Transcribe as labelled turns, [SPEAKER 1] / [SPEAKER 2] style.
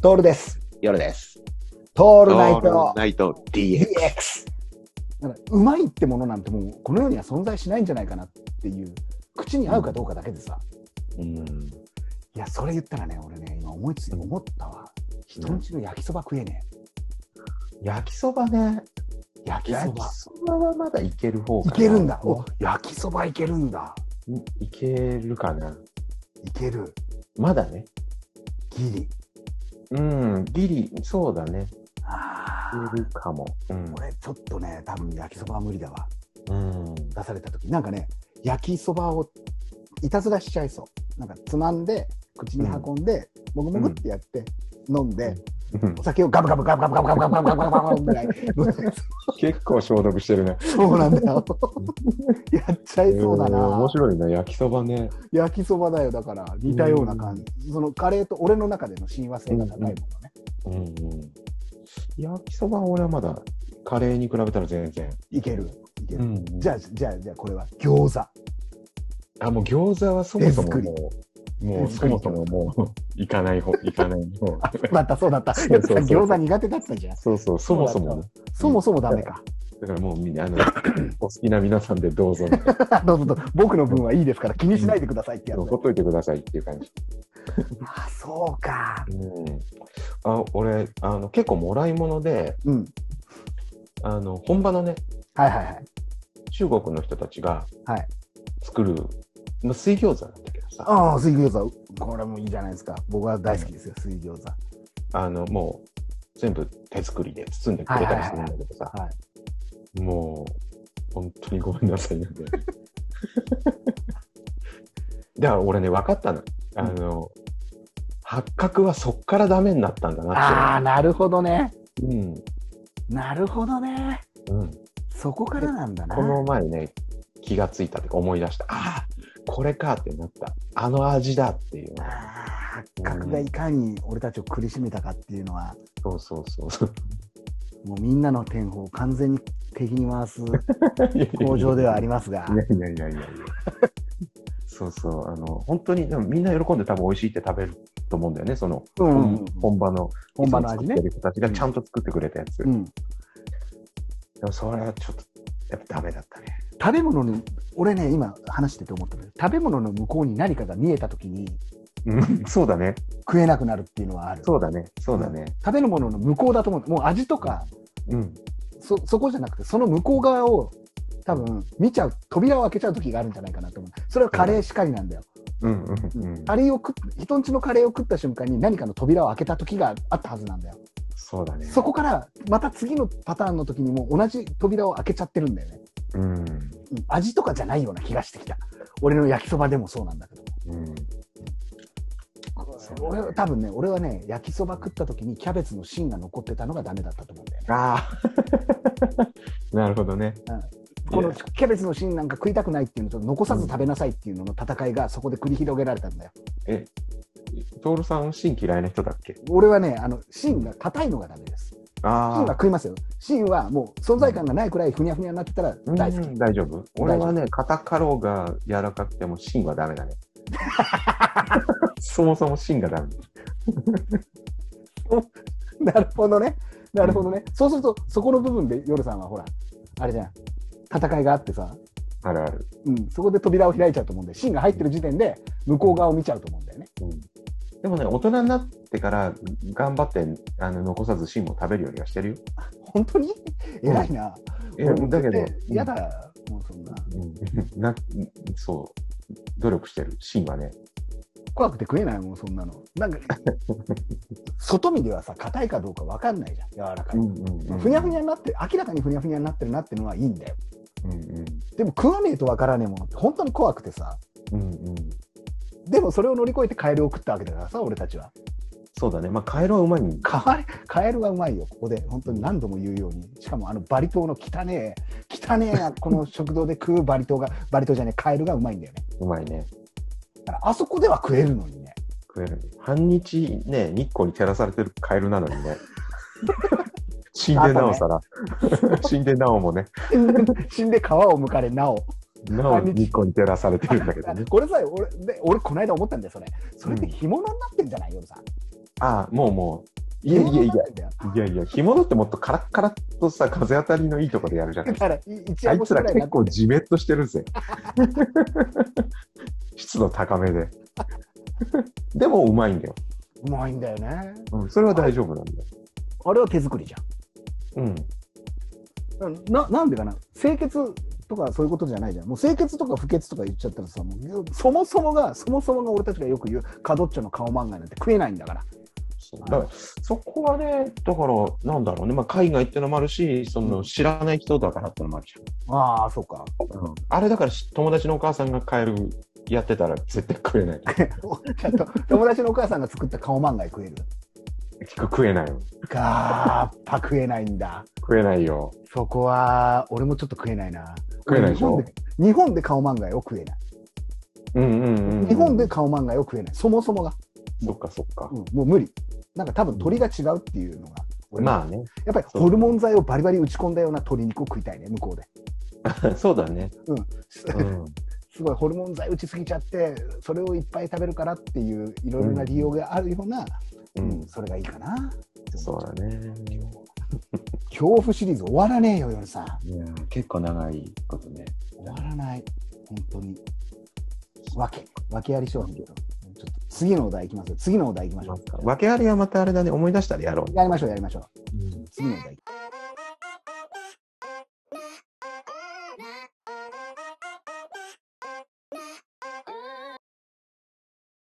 [SPEAKER 1] トールです。
[SPEAKER 2] 夜です。
[SPEAKER 1] ト
[SPEAKER 2] オ
[SPEAKER 1] ールナイト
[SPEAKER 2] ナイト DX。
[SPEAKER 1] DX。だからうまいってものなんてもうこの世には存在しないんじゃないかなっていう口に合うかどうかだけでさ、
[SPEAKER 2] うん。
[SPEAKER 1] いやそれ言ったらね俺ね今思いつい思ったわ人んちの焼きそば食えね
[SPEAKER 2] 焼きそばね。
[SPEAKER 1] え焼きそ
[SPEAKER 2] 焼き
[SPEAKER 1] ば
[SPEAKER 2] そばはまだいける方か
[SPEAKER 1] い
[SPEAKER 2] な。
[SPEAKER 1] けるんだお焼きそばいけるんだ
[SPEAKER 2] うんいけるかな。
[SPEAKER 1] いける
[SPEAKER 2] まだね。
[SPEAKER 1] ギリ
[SPEAKER 2] うん。ギリ、そうだね。
[SPEAKER 1] あ
[SPEAKER 2] い
[SPEAKER 1] ー
[SPEAKER 2] けるかも。うん。
[SPEAKER 1] 俺ちょっとね多分焼きそばは無理だわ
[SPEAKER 2] うん。
[SPEAKER 1] 出された時なんかね焼きそばをいたずらしちゃいそうなんかつまんで口に運んで、もぐもぐってやって、飲んで、
[SPEAKER 2] うん
[SPEAKER 1] お酒をガブガブガブガブガブガブガブガブガブガブぐらい飲んで
[SPEAKER 2] 結構消毒してるね。
[SPEAKER 1] そうなんだよやっちゃいそうだ
[SPEAKER 2] ん面
[SPEAKER 1] な
[SPEAKER 2] 白いね。焼きそばね。
[SPEAKER 1] 焼きそばだよだから似たような感じ、そのカレーと俺の中での親和性が高いものね、
[SPEAKER 2] うんうん。焼きそばは俺はまだカレーに比べたら全然。
[SPEAKER 1] いけるいける、
[SPEAKER 2] ん。
[SPEAKER 1] じゃあじゃあじゃあこれは餃子
[SPEAKER 2] あ、もう餃子はそもそも
[SPEAKER 1] 手作
[SPEAKER 2] もう、もう
[SPEAKER 1] 手
[SPEAKER 2] そ
[SPEAKER 1] 作り
[SPEAKER 2] もそももう、行かない方、行かない 方。
[SPEAKER 1] あそうだったそうだった
[SPEAKER 2] そうそうそう
[SPEAKER 1] やっぱ餃子苦手だったじゃん
[SPEAKER 2] そうそう、そもそもね。
[SPEAKER 1] そもそもダメか
[SPEAKER 2] だからもうみん な、あの、お好きな皆さんでどうぞ、
[SPEAKER 1] どうぞどうぞ僕の分はいいですから気にしないでくださいってやつ
[SPEAKER 2] ほっといてくださいっていう感じ。
[SPEAKER 1] あそうか。
[SPEAKER 2] うん。あ、俺、あの、結構もらい物で、
[SPEAKER 1] うん。
[SPEAKER 2] あの、本場のね、
[SPEAKER 1] はいはいはい。
[SPEAKER 2] 中国の人たちが
[SPEAKER 1] はい
[SPEAKER 2] 作る、まあ、水餃子なんだけどさ、
[SPEAKER 1] ああ、水餃子。これもいいじゃないですか。僕は大好きですよ、水餃子。
[SPEAKER 2] あの、もう、全部手作りで包んでくれたりするんだけどさ
[SPEAKER 1] はいはいは、
[SPEAKER 2] もう、本当にごめんな さいなんで。だから俺ね、分かったの。あの、八角はそっからダメになったんだ
[SPEAKER 1] あ
[SPEAKER 2] な
[SPEAKER 1] あ、
[SPEAKER 2] っ
[SPEAKER 1] なるほどね。
[SPEAKER 2] ていう。うん。
[SPEAKER 1] なるほどね。
[SPEAKER 2] うん、
[SPEAKER 1] そこからなんだな。
[SPEAKER 2] この前ね気がついたというか思い出したああこれかってなったあの味だっていう
[SPEAKER 1] ああ八角がいかに俺たちを苦しめたかっていうのは、
[SPEAKER 2] そうそうそうそう
[SPEAKER 1] もうみんなの天保を完全に敵に回 す工場ではありますが
[SPEAKER 2] い。やいやいやいやいやそうそうあの本当にでもみんな喜んで多分美味しいって食べると思うんだよねその、
[SPEAKER 1] うんうんうん
[SPEAKER 2] 本本場の
[SPEAKER 1] 本場の味ね
[SPEAKER 2] いつも作ってる人たちがちゃんと作ってくれたやつ、
[SPEAKER 1] うん、
[SPEAKER 2] でもそれはちょっとやっぱダメだったね
[SPEAKER 1] 食べ物の俺ね今話してて思ったんだけど食べ物の向こうに何かが見えた時に
[SPEAKER 2] うんそうだね
[SPEAKER 1] 食えなくなるっていうのはある
[SPEAKER 2] そうだねそうだね
[SPEAKER 1] 食べるものの向こうだと思うもう味とか
[SPEAKER 2] うん
[SPEAKER 1] そそこじゃなくてその向こう側を多分見ちゃう扉を開けちゃう時があるんじゃないかなと思うそれはカレーしかりなんだよ、
[SPEAKER 2] うんうんうん
[SPEAKER 1] カレーを食っ人んちのカレーを食った瞬間に何かの扉を開けた時があったはずなんだよ
[SPEAKER 2] そうだね
[SPEAKER 1] そこからまた次のパターンの時にも同じ扉を開けちゃってるんだよね、
[SPEAKER 2] うん
[SPEAKER 1] うん味とかじゃないような気がしてきた俺の焼きそばでもそうなんだけど
[SPEAKER 2] うんそう
[SPEAKER 1] 俺は多分ね俺はね焼きそば食った時にキャベツの芯が残ってたのがダメだったと思うんだよね
[SPEAKER 2] あ あ、なるほどね。
[SPEAKER 1] この
[SPEAKER 2] いや
[SPEAKER 1] キャベツの芯なんか食いたくないっていうのと残さず食べなさいっていうのの戦いがそこで繰り広げられたんだよ。
[SPEAKER 2] え、トールさん、芯嫌いな人だっけ
[SPEAKER 1] 俺はねあの芯が硬いのがダメです。芯
[SPEAKER 2] あ
[SPEAKER 1] は
[SPEAKER 2] あ、
[SPEAKER 1] 食いますよ。芯はもう存在感がないくらいふにゃふにゃになってたら大好き。
[SPEAKER 2] うん大丈夫。俺はね、硬かろうが柔らかくても芯はダメだね。 そもそも芯がダメ。
[SPEAKER 1] なるほどね。なるほどね。そうするとそこの部分で夜さんはほらあれじゃん戦いがあってさ、
[SPEAKER 2] あるある。
[SPEAKER 1] うん、そこで扉を開いちゃうと思うんで芯が入ってる時点で向こう側を見ちゃうと思うんだよね。
[SPEAKER 2] うんでもね、大人になってから頑張ってあの残さず芯も食べるようにはしてるよ。
[SPEAKER 1] 本当に偉いな。
[SPEAKER 2] え
[SPEAKER 1] 俺もう
[SPEAKER 2] だけど
[SPEAKER 1] 絶対、嫌だ。もうそんな
[SPEAKER 2] うん、なそう、努力してる。芯はね。
[SPEAKER 1] 怖くて食えないもんそんなのなんか外見ではさ硬いかどうか分かんないじゃん柔らかい、ふにゃふに
[SPEAKER 2] ゃ。
[SPEAKER 1] ゃになって明らかにふにゃふにゃになってるなってのはいいんだよ
[SPEAKER 2] うんうん
[SPEAKER 1] でも食わねえと分からねえものって本当に怖くてさ
[SPEAKER 2] うんうん
[SPEAKER 1] でもそれを乗り越えてカエルを食ったわけだからさ俺たちは
[SPEAKER 2] そうだね。まあ、カエルはうまいん
[SPEAKER 1] カエルカエルはうまいよここで本当に何度も言うようにしかもあのバリ島の汚ねえ汚ねえなこの食堂で食うバリ島がバリ島じゃねえカエルがうまいんだよね
[SPEAKER 2] うまいね。
[SPEAKER 1] だからあそこでは食えるのにね
[SPEAKER 2] 食える。半日ね、日光に照らされてるカエルなの にね。死んでなおさら。 死んでなおもね、
[SPEAKER 1] 死んで皮を剥かれなお
[SPEAKER 2] なお
[SPEAKER 1] 半日
[SPEAKER 2] 日光に照ら されてるんだけどね。
[SPEAKER 1] これさ俺で俺この間思ったんだよそれそれって干物になってんじゃないよさん
[SPEAKER 2] ああ、もうもう。い
[SPEAKER 1] い
[SPEAKER 2] やいやいや、
[SPEAKER 1] や。
[SPEAKER 2] いやいや、着物ってもっとカラッカラッとさ、風当たりのいいとこでやるじゃな
[SPEAKER 1] だ
[SPEAKER 2] い。
[SPEAKER 1] から、一
[SPEAKER 2] あ
[SPEAKER 1] 応
[SPEAKER 2] い
[SPEAKER 1] 面
[SPEAKER 2] つ
[SPEAKER 1] 白
[SPEAKER 2] ら
[SPEAKER 1] いな
[SPEAKER 2] 結構じめっとしてる ぜ。湿度高めで。でもうまいんだよ。
[SPEAKER 1] うまいんだよね。
[SPEAKER 2] うん、それは大丈夫なんだよ。
[SPEAKER 1] あれは手作りじゃ
[SPEAKER 2] うん。
[SPEAKER 1] ん。ななんでかな清潔とかそういうことじゃないじゃん。もう清潔とか不潔とか言っちゃったらさ、もうそもそもが、そもそもが俺たちがよく言う、カドッチョの顔漫画なんて食えないんだから。
[SPEAKER 2] そうだからそこはね、だから、なんだろうね、まあ、海外ってのもあるし、その知らない人だからってのもあるじ
[SPEAKER 1] ああ、そう か。
[SPEAKER 2] ゃん。あれだからし友達のお母さんがカエルやってたら絶対食えない。
[SPEAKER 1] ちゃんと友達のお母さんが作った顔漫画食える。
[SPEAKER 2] 食えないよ。
[SPEAKER 1] かーっぱ食えないんだ。
[SPEAKER 2] 食えないよ。
[SPEAKER 1] そこは、俺もちょっと食えないな。
[SPEAKER 2] 食えないでしょ
[SPEAKER 1] 日本で日本で顔漫画を食えない。
[SPEAKER 2] うんうんうん。
[SPEAKER 1] 日本で顔漫画を食えない。そもそもが。
[SPEAKER 2] そっかそっか。
[SPEAKER 1] うんもう無理。なんか多分鳥が違うっていうのが。俺
[SPEAKER 2] まあね。
[SPEAKER 1] やっぱりホルモン剤をバリバリ打ち込んだような鶏肉を食いたいね、向こうで。
[SPEAKER 2] そうだね。うん。
[SPEAKER 1] すごいホルモン剤打ちすぎちゃって、それをいっぱい食べるからっていう、いろいろな利用があるような、う
[SPEAKER 2] う
[SPEAKER 1] ん
[SPEAKER 2] ん、
[SPEAKER 1] それがいいかな。
[SPEAKER 2] そうだね。
[SPEAKER 1] 恐怖シリーズ終わらねえよ、夜さん。
[SPEAKER 2] 結構長いことね。
[SPEAKER 1] 終わらない。本当に。わけ、わけあり商品ちょっと次のお題いきますよ。次のお題いきましょう。
[SPEAKER 2] 訳ありはまたあれだね、思い出したらやろう。
[SPEAKER 1] やりましょう、やりましょう。次のお題。